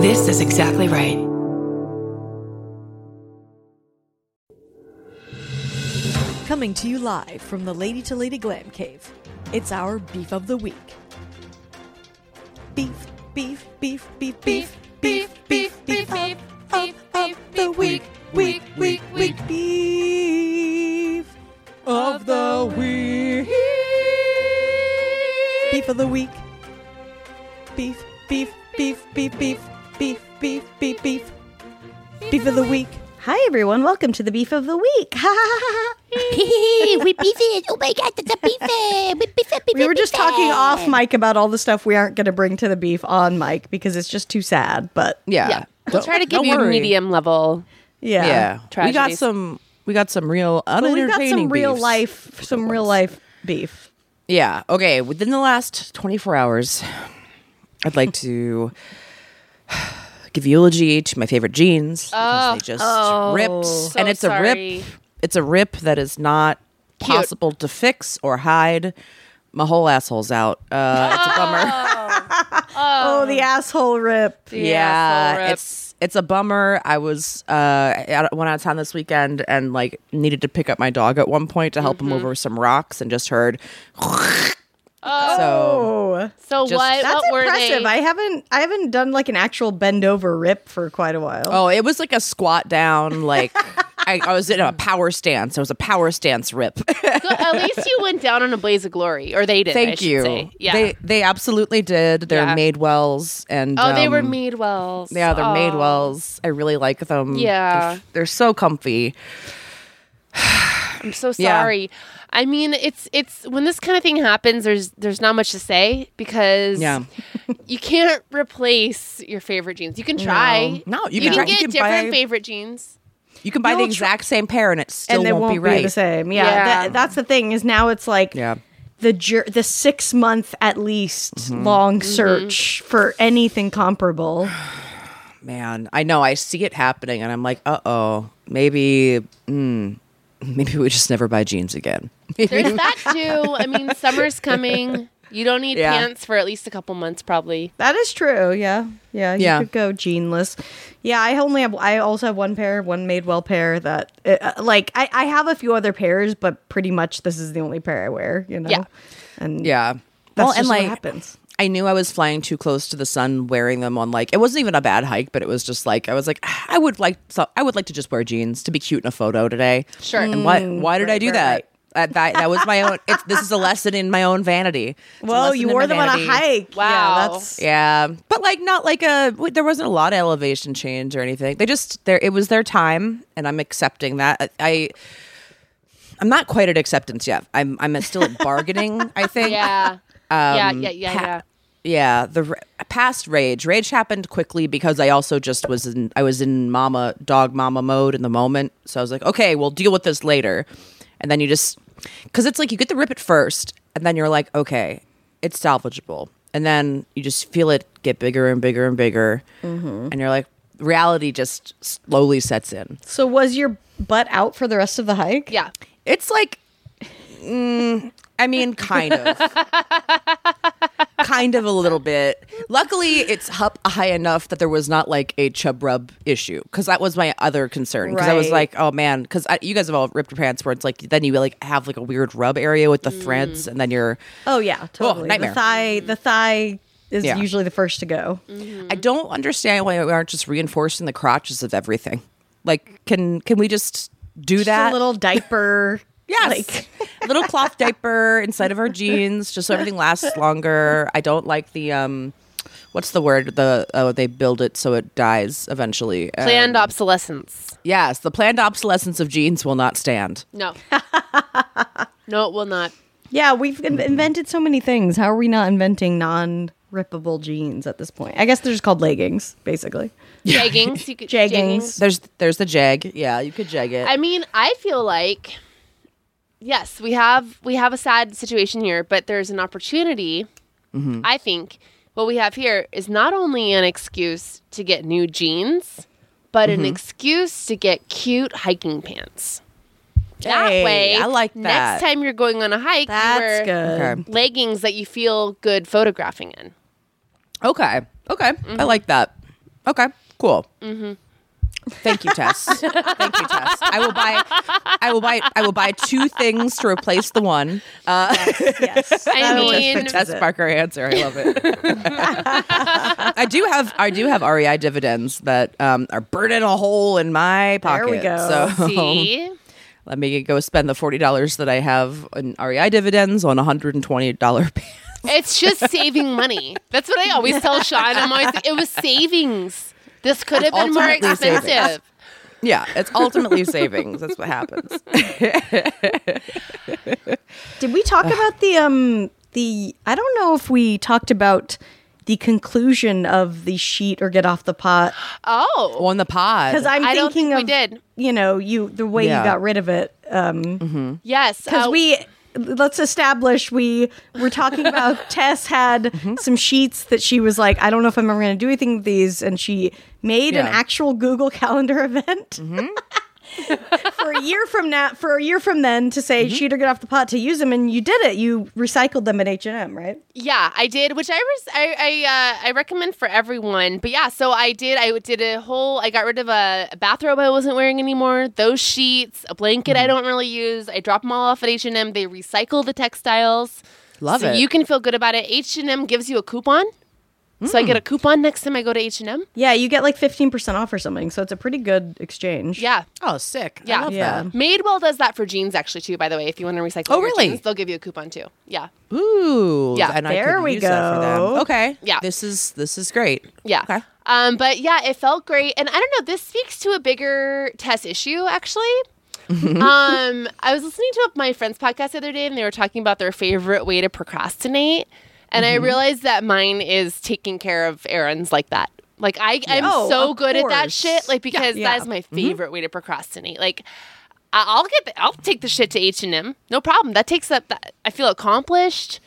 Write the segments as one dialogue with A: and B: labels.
A: This is exactly right.
B: Coming to you live from the Lady to Lady Glam Cave, it's our Beef of the Week. Beef, beef, beef, beef, beef, beef, beef, beef, beef, beef, of the week, week, week, week, beef of the week. Beef of the week. Beef, beef, beef, beef, beef, beef, beef, beef, beef. Beef of the week.
C: Hi, everyone. Welcome to the beef of the week.
D: we beef it. Oh my god, that's a beef it. We beef it. Beef
C: we
D: it,
C: were just
D: beef
C: talking
D: it.
C: off mic about all the stuff we aren't going to bring to the beef on mic because it's just too sad. But
E: Yeah.
D: Yeah. We'll
E: Don't-
D: try to give
E: don't
D: you
E: worry.
D: medium level.
C: yeah.
E: Yeah. We got
D: tragedies.
E: some we got some real
C: But
E: unentertaining
C: we've got some real
E: beefs.
C: life, some real life beef.
E: Yeah. Okay, within the last 24 hours, I'd like to give eulogy to my favorite jeans because they just ripped and it's a
D: Oh, sorry.
E: rip. It's a rip that is not possible to fix or hide. My whole asshole's out. Uh, it's a bummer.
C: Oh,
B: Um,
C: the asshole rip.
D: asshole rip.
E: it's it's a bummer. I was uh out, went out of town this weekend and like needed to pick up my dog at one point to help
D: Mm-hmm.
E: him over some rocks and just heard. So
C: Oh,
D: So
E: Just-
D: what?
C: that's
D: what
C: impressive.
D: Were
C: I
D: they?
C: haven't I haven't done like an actual bend over rip for quite a while.
E: oh, it was like a squat down. Like I, I was in a power stance. It was a power stance rip.
D: Good- At least you went down in a blaze of glory, or they did. I
E: Thank
D: should
E: you.
D: say. Yeah.
E: They they absolutely did. They're
D: Yeah.
E: made wells and
D: oh, they were
E: um,
D: made wells.
E: Yeah, they're made
D: Oh.
E: wells. I really like them.
D: Yeah.
E: They're, f- they're so comfy.
D: I'm so
E: Yeah.
D: sorry. I mean, it's it's when this kind of thing happens, there's there's not much to say because
E: Yeah.
D: you can't replace your favorite jeans. You can try.
E: No,
D: you,
E: you can
D: can
E: try- you
D: get
E: can
D: different
E: buy-
D: favorite jeans.
E: You can buy the
C: You'll try-
E: exact same pair and it still
C: and they
E: won't,
C: won't,
E: be right.
C: the same. Yeah,
D: Yeah.
C: That, that's the thing is now it's like
E: Yeah.
C: the jur- the six month at least
E: Mm-hmm.
C: long search for anything comparable.
E: Man, I know. I see it happening, and I'm like, uh oh, maybe, mm, maybe we just never buy jeans again.
D: There's that too. I mean, summer's coming. You don't need
E: Yeah.
D: pants for at least a couple months, probably.
C: That is true. Yeah, yeah. You
E: Yeah.
C: could go jeanless. Yeah, I only have. I also have one pair, one Madewell pair that, uh, like, I, I have a few other pairs, but pretty much this is the only pair I wear. You know.
D: Yeah.
C: And
E: yeah.
C: That's
E: well, and
C: just
E: like,
C: what happens.
E: I knew I was flying too close to the sun, wearing them on like it wasn't even a bad hike, but it was just like I was like, "Ah, I would like, so I would like to just wear jeans to be cute in a photo today.
D: Sure.
E: And why? Why did
C: Mm.
E: I
C: right,
E: do
C: right,
E: that?
C: right.
E: That, that, that was my own. It's, this is a lesson in my own vanity. It's a
C: Well,
E: lesson
C: you
E: in
C: wore
E: my
C: them on a
E: vanity.
C: hike.
D: Wow.
C: Yeah, that's
E: Yeah, but like not like a w- there wasn't a lot of elevation change or anything. They just there it was their time, and I'm accepting that. I, I am not quite at acceptance yet. I'm I'm still at bargaining. I think.
D: Yeah.
E: Um,
D: yeah, yeah, yeah,
E: ha-
D: yeah.
E: Yeah, the r- past rage. Rage happened quickly because I also just was in I was in mama dog mama mode in the moment. So I was like, okay, we'll deal with this later. And then you just cuz it's like you get the rip at first and then you're like, okay, it's salvageable. And then you just feel it get bigger and bigger and bigger.
D: Mm-hmm.
E: And you're like reality just slowly sets in.
C: So was your butt out for the rest of the hike?
D: Yeah.
E: It's like, mm, I mean, kind of, kind of a little bit. Luckily, it's up high enough that there was not like a chub rub issue because that was my other concern. Because I was
C: Right.
E: like, oh man, because you guys have all ripped your pants where it's like then you like have like a weird rub area with the threads, and then you're.
C: Oh yeah, totally. the
E: nightmare.
C: thigh, the thigh is
E: Yeah.
C: usually the first to go.
D: Mm.
E: I
C: Mm.
E: don't understand why we aren't just reinforcing the crotches of everything. Like, can can we just do
C: Just
E: that?
C: a little diaper.
E: Yes.
C: Like,
E: a little cloth diaper inside of our jeans, just so everything lasts longer. I don't like the um, what's the word? The oh, they build it so it dies eventually. Um,
D: Planned obsolescence.
E: yes, the planned obsolescence of jeans will not stand.
D: No. no, it will not.
C: yeah, we've in- invented so many things. How are we not inventing non rippable jeans at this point? I guess they're just called leggings, basically.
D: Jeggings. You could,
C: Jeggings.
E: There's there's the jag. Yeah, you could jag it.
D: I mean, I feel like yes, we have we have a sad situation here, but there's an opportunity.
E: Mm-hmm.
D: I think what we have here is not only an excuse to get new jeans, but an
E: Mm-hmm.
D: excuse to get cute hiking pants. That
E: Hey,
D: way,
E: I like that.
D: Next time you're going on a hike, you
C: That's
D: wear
C: good.
E: okay.
D: leggings that you feel good photographing in.
E: Okay. Okay. I like that. Okay, cool. Mm-hmm. Thank you, Tess. Thank you, Tess. I will buy. I will buy. I will buy two things to replace the one. Uh,
C: Yes.
D: I
C: That'll just
D: mean-
C: fix
E: Tess
C: it.
E: Barker answer. I love it. I do have. I do have REI dividends that um, are burning a hole in my
C: There
E: pocket.
C: we go.
E: So
D: See?
E: let me go spend the forty dollars that I have in REI dividends on a hundred and twenty dollar.
D: It's just saving money. That's what I always tell Sean. I'm always like, it was savings. This could have been more
E: Ultimately savings.
D: expensive.
E: Yeah, it's ultimately savings. That's what happens.
C: Did we talk about the um the I don't know if we talked about the conclusion of the sheet or get off the pot
D: Oh.
E: on the pod.
C: because I'm
D: I don't
C: thinking
D: think we
C: of
D: did.
C: you know you the way
E: Yeah.
C: you got rid of it
D: Yes.
C: because
D: uh,
C: we let's establish we were talking about Tess had
E: Mm-hmm.
C: some sheets that she was like I don't know if I'm ever going to do anything with these and she made an
E: Yeah. Mm-hmm.
C: actual Google Calendar event. for a year from now, for a year from then, to say
E: Mm-hmm.
C: sheet or get off the pot to use them, and you did it. You recycled them at H and M, right?
D: Yeah, I did, which I res- I I, uh, I recommend for everyone. But yeah, so I did. I did a whole. I got rid of a, a bathrobe I wasn't wearing anymore. Those sheets, a blanket
E: Mm-hmm.
D: I don't really use. I drop them all off at H and M. They recycle the textiles.
E: Love
D: so
E: it.
D: You can feel good about it. H and M gives you a coupon, so I get
E: Mm.
D: a coupon next time I go to H and M.
C: Yeah, you get like 15% off or something. So it's a pretty good exchange.
D: Yeah.
E: oh, sick.
D: Yeah.
C: Yeah.
D: Madewell does that for jeans actually too. By the way, if you want to recycle,
E: Oh,
D: your
E: really?
D: Jeans, they'll give you a coupon too. Yeah,
E: Ooh.
D: Yeah.
E: and I
C: There
E: could
C: we
E: use that for them.
C: go.
E: Okay.
D: Yeah.
E: This is this is great.
D: yeah.
E: Okay.
D: Um, but yeah, it felt great, and I don't know. This speaks to a bigger test issue actually. um, I was listening to my friend's podcast the other day, and they were talking about their favorite way to procrastinate, and
C: Mm-hmm.
D: I realized that mine is taking care of errands like that. Like I, I'm
C: Oh,
D: so
C: of
D: good at that
C: course.
D: shit, like because
C: yeah. Mm-hmm.
D: that is my favorite way to procrastinate. Like I- I'll get, the, I'll take the shit to H and M, no problem. That takes up. That, I feel accomplished.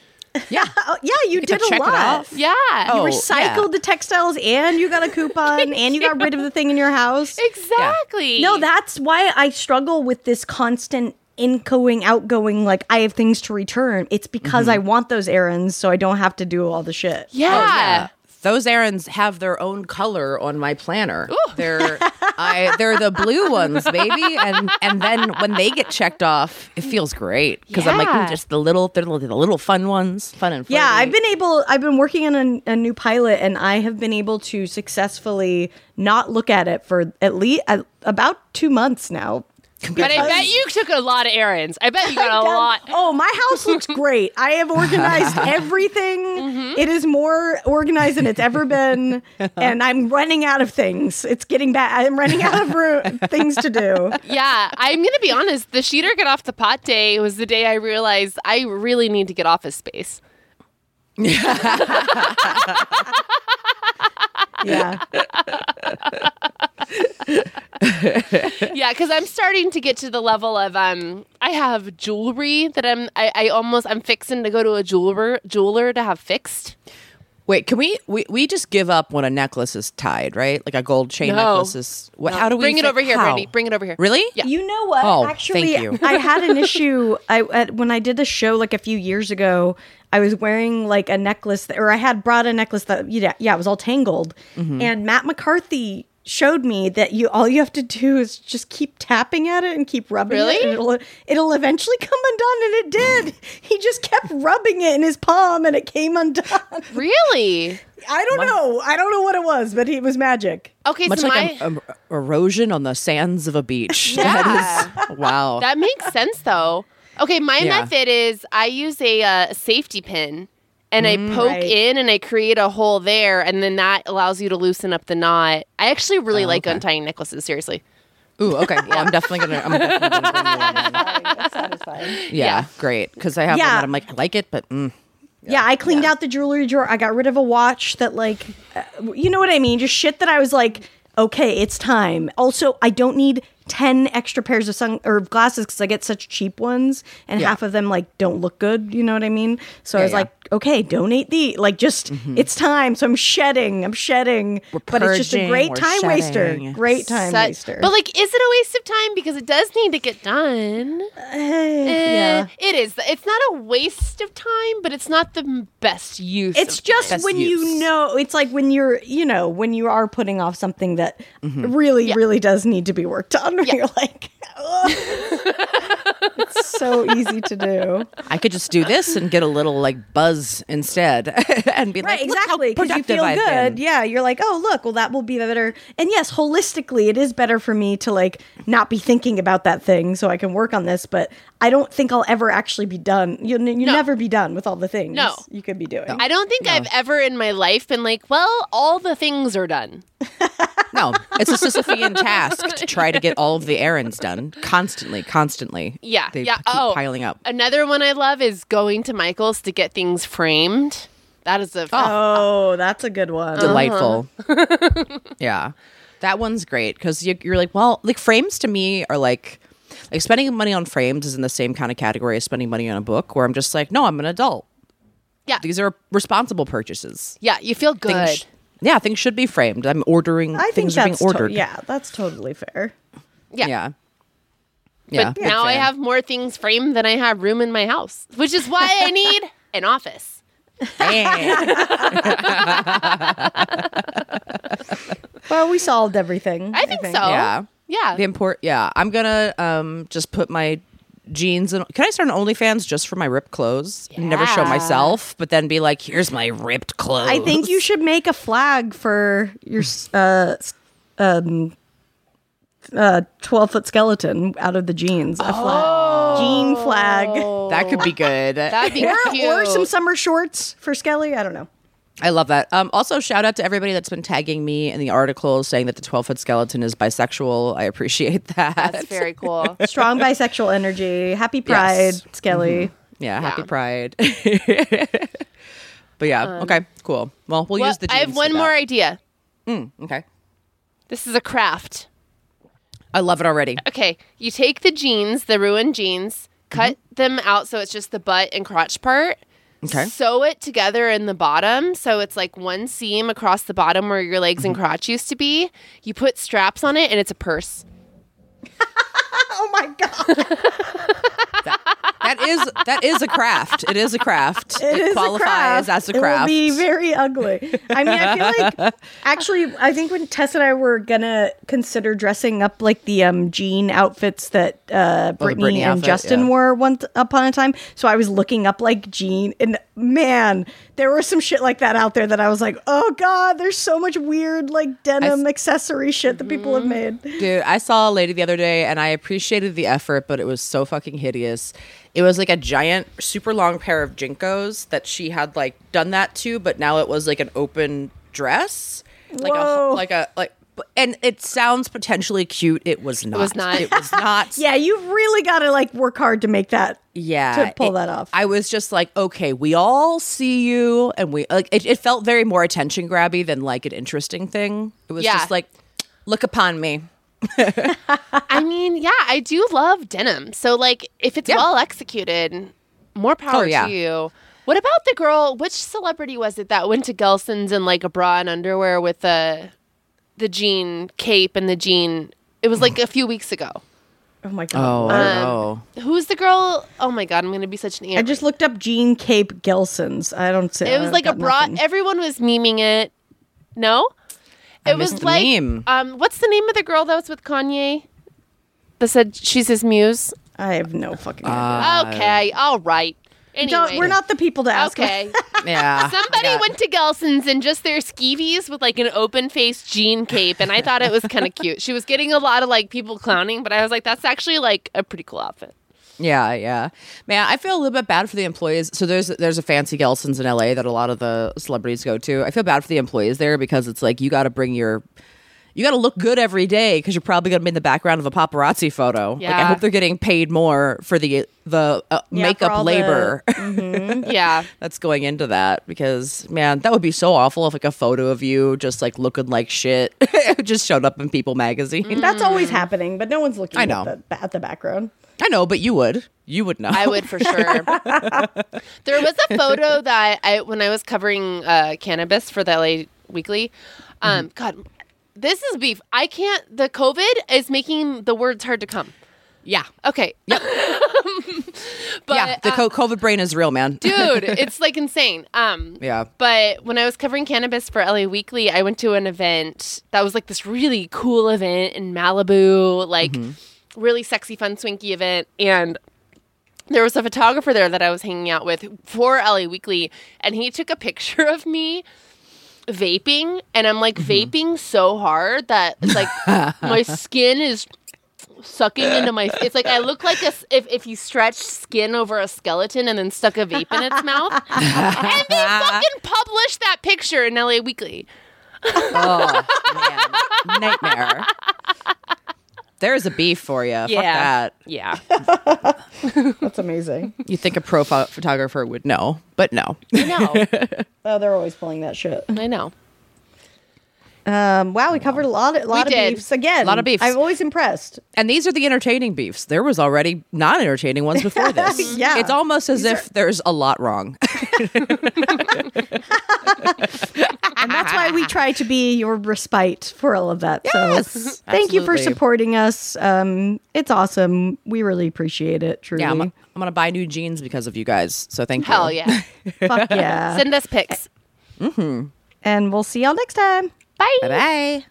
E: Yeah.
C: Oh, yeah, you
E: get to
C: did a
E: check it
C: lot.
E: off.
C: You
D: Yeah.
E: Oh,
C: recycled
E: yeah.
C: the textiles and you got a coupon and you got rid of the thing in your house.
D: Exactly.
C: No, oh, that's why I struggle with this constant ingoing, outgoing, like I have things to return. It's because I want those errands so I don't have to do all the shit.
D: Mm-hmm. Yeah.
E: Oh, Yeah. Those errands have their own color on my planner. They're I they're the blue ones, baby. And and then when they get checked off, it feels great because I'm like
D: Yeah.
E: ooh, just the little they're the, the little fun ones, fun and
C: Yeah,
E: flirty.
C: I've been able. I've been working on a, a new pilot, and I have been able to successfully not look at it for at least uh, about two months now.
D: But I bet you took a lot of errands. I bet you got
C: Done-
D: a lot.
C: Oh, my house looks great. I have organized everything.
D: Mm-hmm.
C: It is more organized than it's ever been, and I'm running out of things. It's getting bad. I'm running out of room, things to do.
D: Yeah, I'm gonna be honest. The sheeter get off the pot day was the day I realized I really need to get office space.
C: Yeah,
D: Yeah, because I'm starting to get to the level of um, I have jewelry that I'm I, I almost I'm fixing to go to a jeweler jeweler to have fixed.
E: Wait, can we, we we just give up when a necklace is tied, right? Like a gold chain
D: No.
E: necklace is what how do we
D: bring it
E: fi-
D: over here,
E: how?
D: Brandy? Bring it over here.
E: Really?
D: Yeah.
C: you know what?
E: Oh, thank
C: Actually,
E: you.
C: I had an issue. I at, when I did a show like a few years ago, I was wearing like a necklace, that, or I had brought a necklace that yeah, yeah, it was all tangled.
E: Mm-hmm.
C: And Matt McCarthy showed me that you all you have to do is just keep tapping at it and keep rubbing
D: Really?
C: it. And it'll it'll eventually come undone, and it did. he just kept rubbing it in his palm, and it came undone.
D: Really?
C: I don't know. I don't know what it was, but it was magic.
D: Okay,
E: Much
D: so
E: like
D: my
E: em- em- erosion on the sands of a beach. That is wow.
D: that makes sense though. Okay, my
E: Yeah.
D: method is I use a uh, safety pin and I poke
C: Mm, right.
D: in and I create a hole there, and then that allows you to loosen up the knot. I actually
C: Oh,
D: really like untying necklaces. Seriously.
E: Ooh, okay. Yeah, I'm definitely gonna. I'm definitely gonna bring you on that.
C: That's satisfying.
E: Yeah, great. Because I have one
C: Yeah.
E: that I'm like, I like it, but mm.
C: Yeah, I cleaned out the jewelry drawer. I got rid of a watch that, like, uh, you know what I mean? Just shit that I was like, okay, it's time. Also, I don't need 10 extra pairs of sun or glasses because I get such cheap ones and
E: Yeah.
C: half of them, like, don't look good. You know what I mean? So I
E: Yeah,
C: was
E: yeah. Mm-hmm.
C: like, okay, donate the like just it's time. So I'm shedding, I'm shedding. but it's just a
E: purging,
C: great
E: we're
C: time waster.
E: shedding.
C: Great time
D: Such-
C: waster.
D: But like, is it a waste of time? Because it does need to get done.
C: Eh,
D: Eh,
C: yeah.
D: it is. It's not a waste of time, but it's not the m- best use.
C: It's
D: of
C: just
E: best
C: when
E: use.
C: you know it's like when you're you know when you are putting off something that
E: Mm-hmm.
C: really really does need to be worked on. Where You're like, "Ugh." it's so easy to do.
E: I could just do this and get a little like buzz instead and be like,
C: right
E: "Look how
C: exactly because you
E: productive
C: feel
E: I've
C: good
E: been."
C: yeah you're like oh look well that will be better and yes holistically it is better for me to like not be thinking about that thing so i can work on this but i don't think i'll ever actually be done you'll, n- you'll
D: No.
C: never be done with all the things
D: No.
C: you could be doing
D: I don't think I've ever in my life been like, well, all the things are done.
E: No, it's a Sisyphean task to try to get all of the errands done constantly, constantly.
D: Yeah,
E: they
D: yeah.
E: keep
D: Oh.
E: piling up.
D: Another one I love is going to Michael's to get things framed. That is a
C: oh that's a good one
E: Delightful.
D: Uh-huh.
E: yeah, that one's great because you, you're like, well, like frames to me are like, like spending money on frames is in the same kind of category as spending money on a book, where I'm just like, no, I'm an adult.
D: Yeah.
E: these are responsible purchases.
D: yeah. You feel good.
E: Things sh- yeah, things should be framed. I'm ordering.
C: i think
E: things are being
C: that's to-
E: ordered.
C: yeah that's totally fair
D: yeah.
E: yeah. Yeah,
D: But
E: big
D: now I
E: fan.
D: have more things framed than I have room in my house, which is why I need an office.
E: Yeah.
C: well we solved everything
D: I think, so.
E: Yeah.
D: Yeah.
E: the import. Yeah, I'm gonna um just put my jeans and can I start an OnlyFans just for my ripped clothes? and Never show
D: Yeah.
E: myself, but then be like, here's my ripped clothes.
C: i think you should make a flag for your s- uh s- um uh 12 foot skeleton out of the jeans a
D: Oh.
C: flag jean flag
E: that could be good.
D: That'd be cute.
C: or some summer shorts for Skelly. I don't know.
E: I love that. Um, also, shout out to everybody that's been tagging me in the articles saying that the 12 foot skeleton is bisexual. I appreciate that.
D: That's very cool.
C: Strong bisexual energy. Happy Pride,
E: Yes.
D: Mm-hmm.
C: Skelly.
E: yeah, happy
D: Yeah. Um,
E: pride. but yeah, okay, cool. Well, we'll,
D: Well,
E: use the.
D: I have
E: jeans
D: one
E: for
D: more
E: that.
D: idea.
E: Okay,
D: This is a craft.
E: I love it already.
D: Okay, you take the jeans, the ruined jeans, cut them out so it's just the butt and crotch part.
E: Mm-hmm. Okay.
D: Sew it together in the bottom so it's like one seam across the bottom where your legs
E: Mm-hmm.
D: and crotch used to be. You put straps on it and it's a purse.
C: Oh my god!
E: That is that is a craft. It is a craft. It,
C: is a
E: qualifies
C: craft.
E: as a craft.
C: It will be very ugly. I mean, I feel like actually, I think when Tess and I were gonna consider dressing up like the um jean outfits that uh Brittany,
E: Oh, Britney
C: and
E: outfit,
C: Justin
E: yeah.
C: wore once upon a time. So I was looking up like jean, and man, there was some shit like that out there that I was like, oh god, there's so much weird like denim accessory shit that people have made.
E: Dude, I saw a lady the other day and I appreciated the effort, but it was so fucking hideous. It was like a giant, super long pair of Jinkos that she had like done that to, but now it was like an open dress. Like
C: Whoa.
E: a like a like and it sounds potentially cute. It was not.
D: was not.
E: It was not.
C: Yeah, you've really got to like work hard to make that.
E: yeah
C: to pull
E: it-
C: that off.
E: i was just like okay we all see you and we like it, it felt very more attention grabby than like an interesting thing it was
D: Yeah.
E: just like look upon me
D: I mean, yeah, I do love denim. So like if it's
E: Ah. Yeah.
D: well executed, more power
E: Oh, yeah.
D: to you. What about the girl, which celebrity was it that went to Gelson's in like a bra and underwear with the the jean cape and the jean? It was like a few weeks ago.
C: Oh my god!
E: i
D: Um, Who's the girl? Oh my god, I'm gonna be such an aunt.
C: I just looked up Jean Cape Gelson's. I don't say
D: it was like a bra. Everyone was memeing it. No, it
E: missed
D: was
E: the
D: like
E: meme.
D: um, what's the name of the girl that was with Kanye? That said she's his muse.
C: I have no fucking. idea.
D: okay, all right. Anyway,
C: Uh, Don't. We're not the people to ask.
D: okay.
E: yeah
D: Somebody
E: Yeah.
D: went to Gelson's in just their skeevies with like an open faced jean cape, and I thought it was kind of cute. She was getting a lot of like people clowning, but I was like, that's actually like a pretty cool outfit.
E: Yeah, yeah. Man, I feel a little bit bad for the employees. So there's there's a fancy Gelson's in LA that a lot of the celebrities go to. I feel bad for the employees there because it's like you got to bring your you got to look good every day because you're probably going to be in the background of a paparazzi photo. Like, I
D: Yeah.
E: hope they're getting paid more for the the uh,
C: Yeah, for all
E: makeup
C: the-
E: labor
D: yeah.
E: that's going into that because man, that would be so awful if like a photo of you just like looking like shit just showed up in People magazine.
D: Mm.
C: That's
E: Mm.
C: always happening, but no one's looking
E: I know.
C: At, the, at the background.
E: I know, but you would, you would know.
D: I would for sure. there was a photo that I when I was covering uh, cannabis for the LA Weekly.
E: Mm-hmm.
D: Um, God, this is beef. I can't. The COVID is making the words hard to come.
E: Yeah,
D: Okay, but
E: yeah. The
D: uh,
E: co COVID brain is real, man.
D: dude, it's like insane. Um,
E: Yeah.
D: But when I was covering cannabis for LA Weekly, I went to an event that was like this really cool event in Malibu, like really sexy, fun, swinky event, and there was a photographer there that I was hanging out with for LA Weekly, and he took a picture of me vaping, and I'm like vaping so hard that it's like my skin is sucking into my. It's like I look like a s- if if you stretched skin over a skeleton and then stuck a vape in its mouth, and they fucking published that picture in LA Weekly.
E: Oh, man. Nightmare. There's a beef for you. Yeah. Fuck that.
D: yeah.
C: That's amazing.
E: You think a profile photographer would know, but no.
D: I know.
C: oh, they're always pulling that shit.
D: I know.
C: Um, wow, we covered a lot, a lot
D: We
C: of
D: did.
C: beefs again.
E: A lot of beefs.
C: I'm always impressed.
E: And these are the entertaining beefs. There was already non-entertaining ones before this.
C: Yeah.
E: It's almost as if there's a lot wrong.
C: and that's why we try to be your respite for all of that. so
E: Yes,
C: thank you for
E: absolutely.
C: supporting us. Um, it's awesome. We really appreciate it. Truly.
E: yeah, I'm, I'm going to buy new jeans because of you guys. So thank
D: Hell
E: you.
D: yeah.
C: Fuck yeah.
D: Send us pics.
C: and we'll see y'all next time.
E: Bye-bye.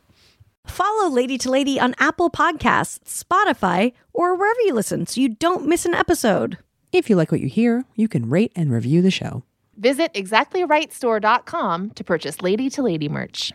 C: Follow Lady to Lady on Apple Podcasts, Spotify, or wherever you listen so you don't miss an episode.
E: If you like what you hear, you can rate and review the show.
D: Visit exactlyrightstore.com to purchase Lady to Lady merch.